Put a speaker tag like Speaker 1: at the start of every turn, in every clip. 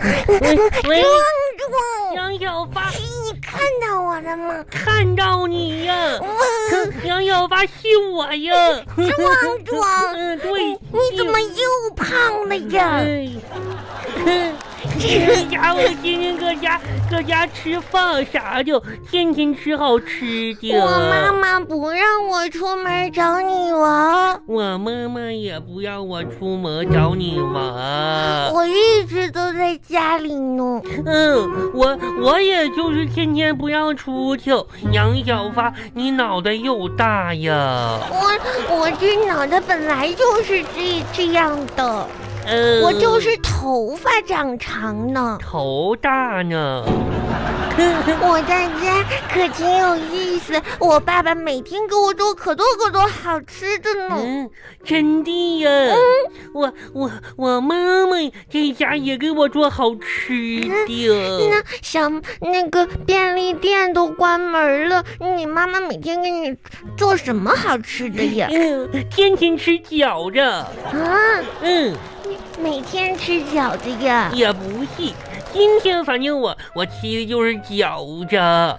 Speaker 1: 喂，
Speaker 2: 庄主，
Speaker 1: 杨小八，
Speaker 2: 你看到我了吗？
Speaker 1: 看到你呀！
Speaker 2: 嗯，
Speaker 1: 杨小八是我呀！
Speaker 2: 庄主，
Speaker 1: 嗯，对，
Speaker 2: 你怎么又胖了呀？
Speaker 1: 哎，哼，这家伙今天搁家搁家吃饭啥的，天天吃好吃的。
Speaker 2: 我妈妈不让我出门找你玩，
Speaker 1: 我妈妈也不让我出门找你玩。
Speaker 2: 我一直都在家里弄。
Speaker 1: 嗯，我我也就是天天不让出去。杨小发，你脑袋又大呀？
Speaker 2: 我我这脑袋本来就是这这样的，
Speaker 1: 嗯，
Speaker 2: 我就是头发长长呢。
Speaker 1: 头大呢。嗯
Speaker 2: 我在家可挺有意思，我爸爸每天给我做可多可多好吃的呢。
Speaker 1: 嗯，真的呀。我我我妈妈这家也给我做好吃的。
Speaker 2: 嗯那小那个便利店都关门了，你妈妈每天给你做什么好吃的哎 呀？
Speaker 1: 嗯，天天吃饺子。
Speaker 2: 啊，
Speaker 1: 嗯，
Speaker 2: 每天吃饺子呀？
Speaker 1: 也不是。今天反正我我吃的就是饺子。
Speaker 2: 啊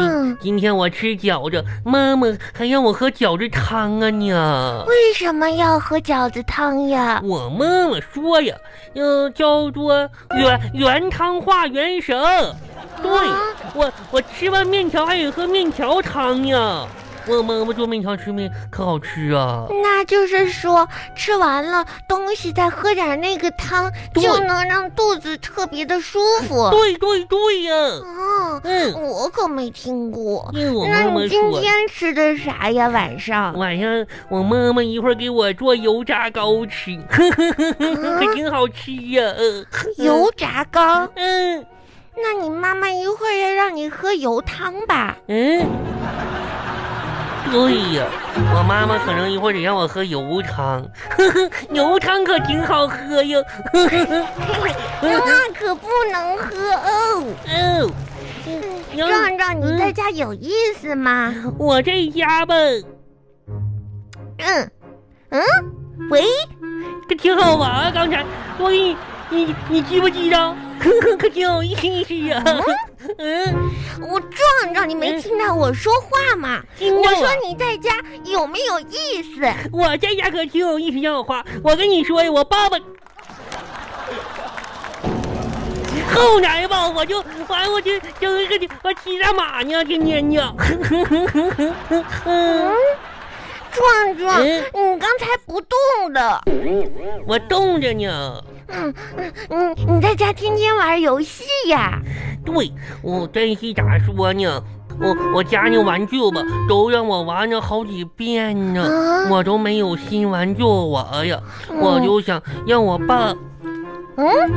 Speaker 1: 今，今天我吃饺子，妈妈还让我喝饺子汤啊呢。
Speaker 2: 为什么要喝饺子汤呀？
Speaker 1: 我妈妈说呀，嗯、叫做原原汤化原神。嗯对
Speaker 2: 啊
Speaker 1: 我，我吃完面条还得喝面条汤呢。我妈妈做面条吃面可好吃啊。
Speaker 2: 那就是说，吃完了东西再喝点那个汤，
Speaker 1: 对
Speaker 2: 就能让肚子特别的舒服。
Speaker 1: 对对对呀、
Speaker 2: 哦，
Speaker 1: 嗯，
Speaker 2: 我可没听过。
Speaker 1: 因为我
Speaker 2: 那
Speaker 1: 妈妈
Speaker 2: 你今
Speaker 1: 说。
Speaker 2: 天吃的啥呀？晚上？
Speaker 1: 晚上我妈妈一会儿给我做油炸糕吃， 呵呵呵呵，可挺好吃呀、呃
Speaker 2: 油炸糕？
Speaker 1: 嗯
Speaker 2: 那你妈妈一会儿要让你喝油汤吧？
Speaker 1: 嗯，对呀、我妈妈可能一会儿得让我喝油汤， 呵呵，油汤可挺好喝呀。 呵呵呵嗯
Speaker 2: 那可不能喝哦。
Speaker 1: 哦，娘
Speaker 2: 壮壮，你
Speaker 1: 嗯
Speaker 2: 在家有意思吗？
Speaker 1: 我这家吧，
Speaker 2: 嗯，嗯，喂，
Speaker 1: 可挺好玩啊。刚才我给你，你你记不记得？ 呵呵，可挺有意思呀、啊 嗯，
Speaker 2: 我壮壮，你没
Speaker 1: 嗯
Speaker 2: 听到我说话吗？
Speaker 1: 听
Speaker 2: 我
Speaker 1: 到
Speaker 2: 说
Speaker 1: 啊
Speaker 2: 你在家有没有意思？
Speaker 1: 我这家可挺有意思，让我花。我跟你说呀，我爸爸后来吧，我就完，我就整一个我骑着马呢，天天呢。
Speaker 2: 嗯，壮壮，
Speaker 1: 嗯
Speaker 2: 你刚才不动的。
Speaker 1: 我冻着呢。
Speaker 2: 嗯嗯，你你在家天天玩游戏呀？
Speaker 1: 对，我真是咋说呢？我我家那玩具吧，都让我玩了好几遍呢
Speaker 2: 啊，
Speaker 1: 我都没有新玩具玩呀。我就想让我爸，
Speaker 2: 嗯，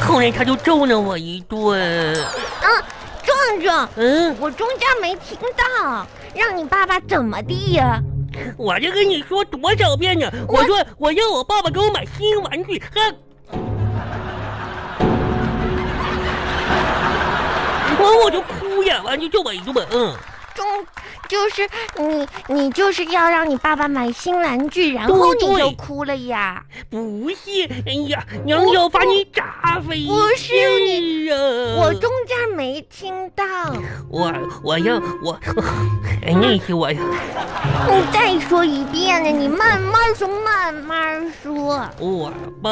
Speaker 1: 后来他就揍了我一顿。
Speaker 2: 壮壮，
Speaker 1: 嗯，
Speaker 2: 嗯我中间没听到，让你爸爸怎么地呀？
Speaker 1: 我就跟你说多少遍呢？我说我让我爸爸给我买新玩具，哼！我我就哭呀，完就就我一顿，嗯，
Speaker 2: 中就是你，你就是要让你爸爸买新玩具，然后
Speaker 1: 对
Speaker 2: 你
Speaker 1: 对
Speaker 2: 就哭了呀？
Speaker 1: 不是，哎呀，娘要把你炸飞！
Speaker 2: 不是
Speaker 1: 你呀，
Speaker 2: 我中间没听到，
Speaker 1: 我我让我，哎，那是我
Speaker 2: 你再说一遍呢？你慢慢说，慢慢说。
Speaker 1: 我爸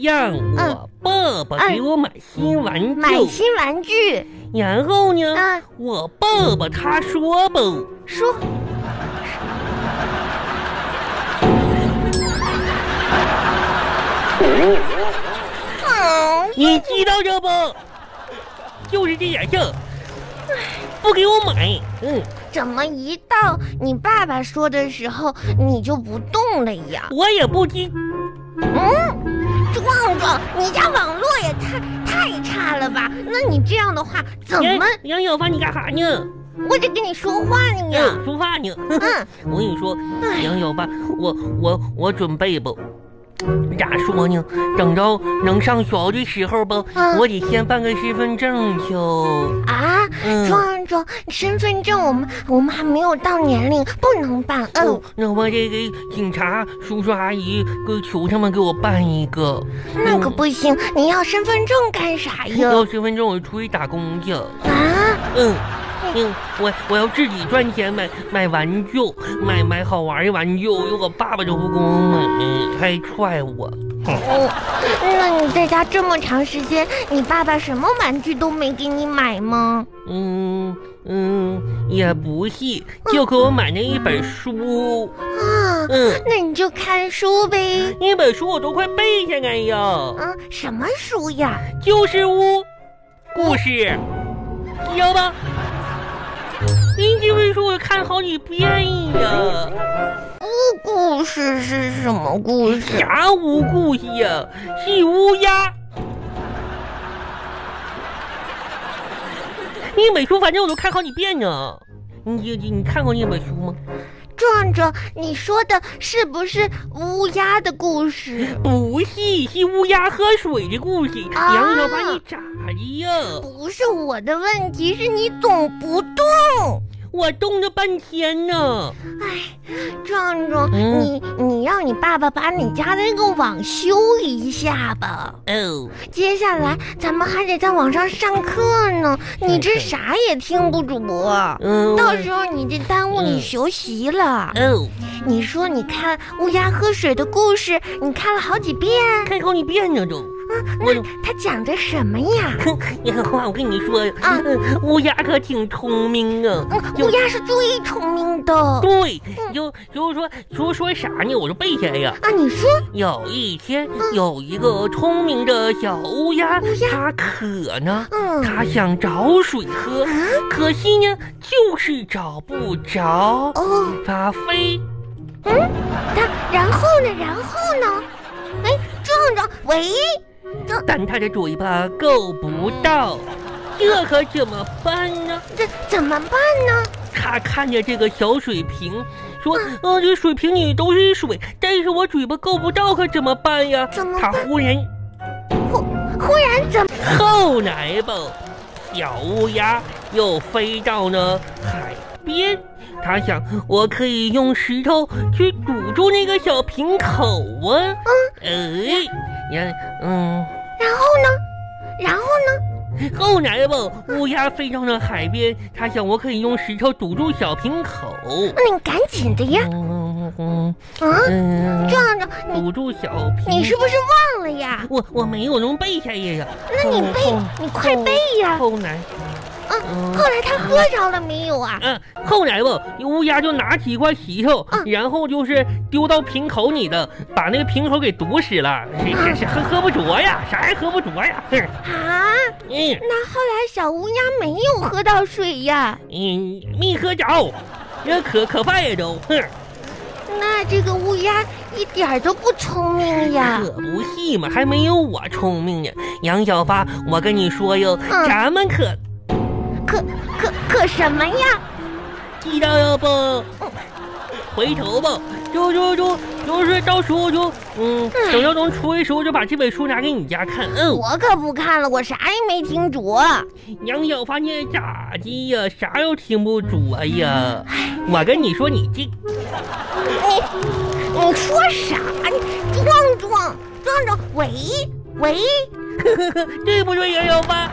Speaker 1: 让我爸爸给我买新玩具，
Speaker 2: 嗯买新玩具，
Speaker 1: 然后呢，
Speaker 2: 嗯
Speaker 1: 我爸爸他说吧。
Speaker 2: 说嗯
Speaker 1: 你知道这不？就是这点事儿，不给我买。嗯，
Speaker 2: 怎么一到你爸爸说的时候你就不动了呀？
Speaker 1: 我也不知。
Speaker 2: 嗯，壮壮，你家网络也太太差了吧？那你这样的话，怎么
Speaker 1: 杨哎杨小发，你干啥呢？
Speaker 2: 我得跟你说话呢呀？
Speaker 1: 嗯，说话呢。
Speaker 2: 嗯，
Speaker 1: 我跟你说
Speaker 2: 哎，
Speaker 1: 杨小发，我我我准备不，咋说呢？等到能上学的时候吧，
Speaker 2: 嗯
Speaker 1: 我得先办个身份证去。
Speaker 2: 啊，
Speaker 1: 嗯
Speaker 2: 壮壮，身份证我们我们还没有到年龄，不能办。嗯，
Speaker 1: 哦那我得给警察叔叔阿姨、给求他们给我办一个。嗯
Speaker 2: 那可不行，你要身份证干啥呀？
Speaker 1: 要身份证，我就出去打工去。
Speaker 2: 啊，
Speaker 1: 嗯，嗯，我我要自己赚钱买买玩具，买买好玩的玩具，因为我爸爸就不给我买，哎还踹我。
Speaker 2: 哦，那你在家这么长时间，你爸爸什么玩具都没给你买吗？
Speaker 1: 嗯嗯，也不是，就给我买那一本书。
Speaker 2: 啊，
Speaker 1: 嗯，
Speaker 2: 那你就看书呗。
Speaker 1: 那本书我都快背下来呀，
Speaker 2: 嗯，什么书呀？
Speaker 1: 就是屋故事，知道吧？你这本书我看好几遍呀。
Speaker 2: 故事是什么故事？
Speaker 1: 啥无故事呀？是乌鸦。那本书反正我都看好几遍呢。你你你看过那本书吗？
Speaker 2: 壮壮，你说的是不是乌鸦的故事？
Speaker 1: 不是，是乌鸦喝水的故事。
Speaker 2: 啊
Speaker 1: 杨老把你咋的呀？
Speaker 2: 不是我的问题，是你总不动。
Speaker 1: 我冻了半天呢。
Speaker 2: 哎壮壮，
Speaker 1: 嗯
Speaker 2: 你你让你爸爸把你家的那个网修一下吧。
Speaker 1: 哦，
Speaker 2: 接下来咱们还得在网上上课呢，你这啥也听不着。
Speaker 1: 嗯，
Speaker 2: 到时候你这耽误你学习了。
Speaker 1: 哦，
Speaker 2: 你说你看乌鸦喝水的故事，你看了好几遍，啊
Speaker 1: 看好几遍呢都。我
Speaker 2: 那它讲的什么呀？
Speaker 1: 你看 话，我跟你说，
Speaker 2: 啊
Speaker 1: 嗯乌鸦可挺聪明啊。
Speaker 2: 嗯，
Speaker 1: 就
Speaker 2: 乌鸦是注意聪明的啊。
Speaker 1: 对
Speaker 2: 嗯，
Speaker 1: 就就是说说说啥呢？我就背下来呀。
Speaker 2: 啊你说
Speaker 1: 有一天，
Speaker 2: 嗯
Speaker 1: 有一个聪明的小乌鸦，它渴呢，
Speaker 2: 嗯
Speaker 1: 它想找水喝，可惜呢，就是找不着。
Speaker 2: 哦，
Speaker 1: 它飞，
Speaker 2: 它嗯然后呢？然后呢？哎，壮壮，喂，
Speaker 1: 但它的嘴巴够不到，
Speaker 2: 嗯
Speaker 1: 这可怎么办呢？
Speaker 2: 这怎么办呢？
Speaker 1: 它看着这个小水瓶，说：“嗯，这水瓶里都是水，但是我嘴巴够不到，可怎么办呀？”
Speaker 2: 怎么
Speaker 1: 它
Speaker 2: 办
Speaker 1: 忽然
Speaker 2: 忽忽然怎么？
Speaker 1: 后来吧，小乌鸦又飞到了海边，它想，我可以用石头去堵住那个小瓶口啊。嗯，哎，呀，嗯。
Speaker 2: 然后呢？然后呢？
Speaker 1: 后来吧，乌鸦飞到了海边，它想我可以用石头堵住小瓶口。
Speaker 2: 那你赶紧的呀！
Speaker 1: 嗯嗯
Speaker 2: 啊，
Speaker 1: 嗯，
Speaker 2: 壮壮，你
Speaker 1: 堵住小瓶。
Speaker 2: 你是不是忘了呀？
Speaker 1: 我我没有能背下来呀。
Speaker 2: 那你背
Speaker 1: 后，
Speaker 2: 你快背呀！啊
Speaker 1: 后来，嗯
Speaker 2: 后来他喝着了没有啊？
Speaker 1: 嗯，后来吧，乌鸦就拿起一块石头，
Speaker 2: 嗯
Speaker 1: 然后就是丢到瓶口里的，把那个瓶口给堵死了。谁谁谁喝喝不着呀，啥也喝不着呀。哼
Speaker 2: 啊，
Speaker 1: 嗯
Speaker 2: 那后来小乌鸦没有喝到水呀？
Speaker 1: 嗯，没喝着，那可可坏呀都。哼，
Speaker 2: 那这个乌鸦一点儿都不聪明呀！
Speaker 1: 可不是嘛，还没有我聪明呢。杨小发，我跟你说哟，
Speaker 2: 嗯
Speaker 1: 咱们可
Speaker 2: 可可可什么呀？
Speaker 1: 知道了不？回头吧，就就就就是到时候就嗯，
Speaker 2: 哎
Speaker 1: 等到能出的时候就把这本书拿给你家看。嗯。
Speaker 2: 我可不看了，我啥也没听着。
Speaker 1: 杨小发现咋的呀？啥都听不着呀！我跟你说，你这
Speaker 2: 哎你你说啥？你壮壮壮壮，喂喂，
Speaker 1: 对不对，杨小发？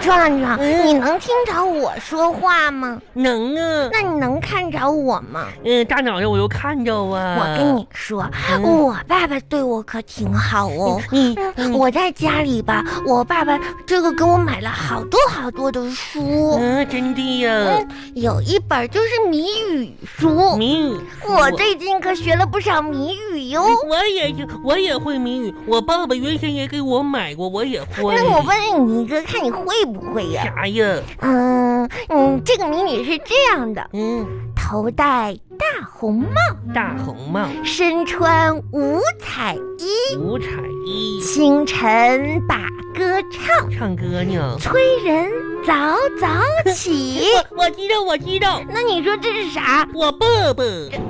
Speaker 2: 壮壮，
Speaker 1: 嗯
Speaker 2: 你能听着我说话吗？
Speaker 1: 能啊，
Speaker 2: 那你能看着我吗？
Speaker 1: 嗯，大脑袋我又看着啊。
Speaker 2: 我跟你说，
Speaker 1: 嗯
Speaker 2: 我爸爸对我可挺好哦。
Speaker 1: 你
Speaker 2: 嗯我在家里吧，我爸爸这个给我买了好多好多的书，
Speaker 1: 嗯，真的呀，
Speaker 2: 嗯，有一本就是谜语书，
Speaker 1: 谜语。
Speaker 2: 嗯我最近可学了不少谜语哟。
Speaker 1: 我也我也会谜语，我爸爸原先也给我买过，我也会。
Speaker 2: 那哎我问你一个，看你会不会呀、
Speaker 1: 啥呀？
Speaker 2: 嗯嗯，这个谜语是这样的：
Speaker 1: 嗯，
Speaker 2: 头戴大红帽，
Speaker 1: 大红帽，
Speaker 2: 身穿五彩衣，
Speaker 1: 五彩衣，
Speaker 2: 清晨把歌唱，
Speaker 1: 唱歌呢。
Speaker 2: 催人早早起。
Speaker 1: 我我知道，我知道，
Speaker 2: 那你说这是啥？
Speaker 1: 我爸爸。
Speaker 2: 啊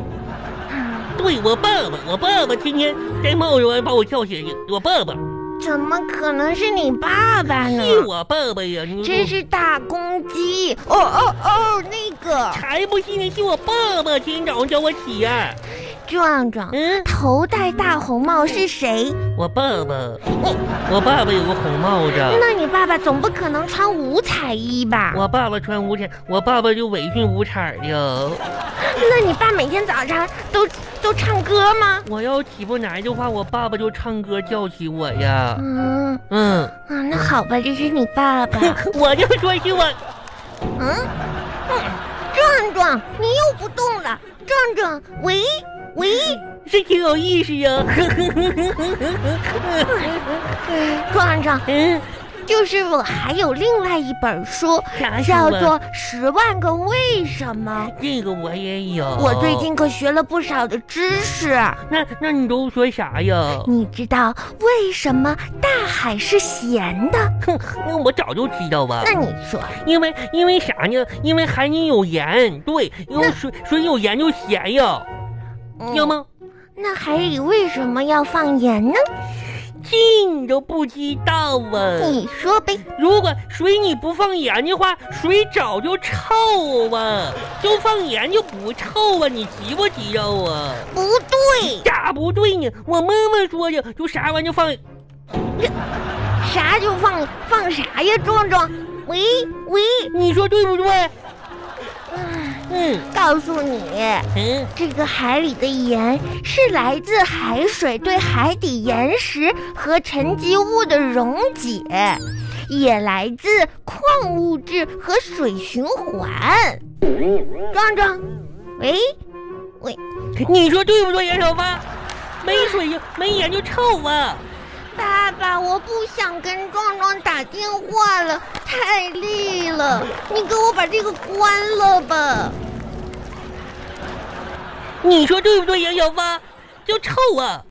Speaker 1: 对我爸爸，我爸爸天天在帽子上把我叫醒，我爸爸
Speaker 2: 怎么可能是你爸爸呢？
Speaker 1: 是哎我爸爸呀！你
Speaker 2: 这是大公鸡！哦哦哦，那个
Speaker 1: 才不信呢，是我爸爸今天早上叫我起啊呀、
Speaker 2: 壮壮，
Speaker 1: 嗯，
Speaker 2: 头戴大红帽是谁？
Speaker 1: 我爸爸，
Speaker 2: 你，
Speaker 1: 我爸爸有个红帽子。
Speaker 2: 那你爸爸总不可能穿五彩衣吧？
Speaker 1: 我爸爸穿五彩，我爸爸就围裙五彩的呀。
Speaker 2: 那你爸每天早上都都唱歌吗？
Speaker 1: 我要起不来的话，我爸爸就唱歌叫起我呀。
Speaker 2: 嗯
Speaker 1: 嗯，
Speaker 2: 啊，那好吧，这是你爸爸。
Speaker 1: 我就说是我，
Speaker 2: 嗯，嗯壮壮，你又不动了。壮壮，喂喂，
Speaker 1: 是挺有意思呀。
Speaker 2: 壮壮，
Speaker 1: 嗯，
Speaker 2: 就是我还有另外一本书，
Speaker 1: 啥时
Speaker 2: 叫
Speaker 1: 候啊
Speaker 2: 做《十万个为什么
Speaker 1: 这个我也有。》。
Speaker 2: 我最近可学了不少的知识。
Speaker 1: 那那你都说啥呀？
Speaker 2: 你知道为什么大海是咸的？
Speaker 1: 哼，那我早就知道吧
Speaker 2: 那，你说，
Speaker 1: 因为因为啥呢？因为海里有盐，对，因为
Speaker 2: 那
Speaker 1: 水水有盐就咸呀，
Speaker 2: 嗯
Speaker 1: 要吗？
Speaker 2: 那海里为什么要放盐呢？
Speaker 1: 这你都不知道啊！
Speaker 2: 你说呗。
Speaker 1: 如果水你不放盐的话，水早就臭啊，就放盐就不臭啊，你知不知道啊？
Speaker 2: 不对，
Speaker 1: 咋不对呢？我妈妈说的，就啥玩意儿就放，
Speaker 2: 啥就放放啥呀，壮壮。喂喂，
Speaker 1: 你说对不对？嗯
Speaker 2: 告诉你，
Speaker 1: 嗯，
Speaker 2: 这个海里的盐是来自海水对海底岩石和沉积物的溶解，也来自矿物质和水循环。壮壮，喂，
Speaker 1: 你说对不对，杨小发？没水就没盐就臭啊！
Speaker 2: 爸爸，我不想跟壮壮打电话了，太累了，你给我把这个关了吧。
Speaker 1: 你说对不对，杨小发？就臭啊！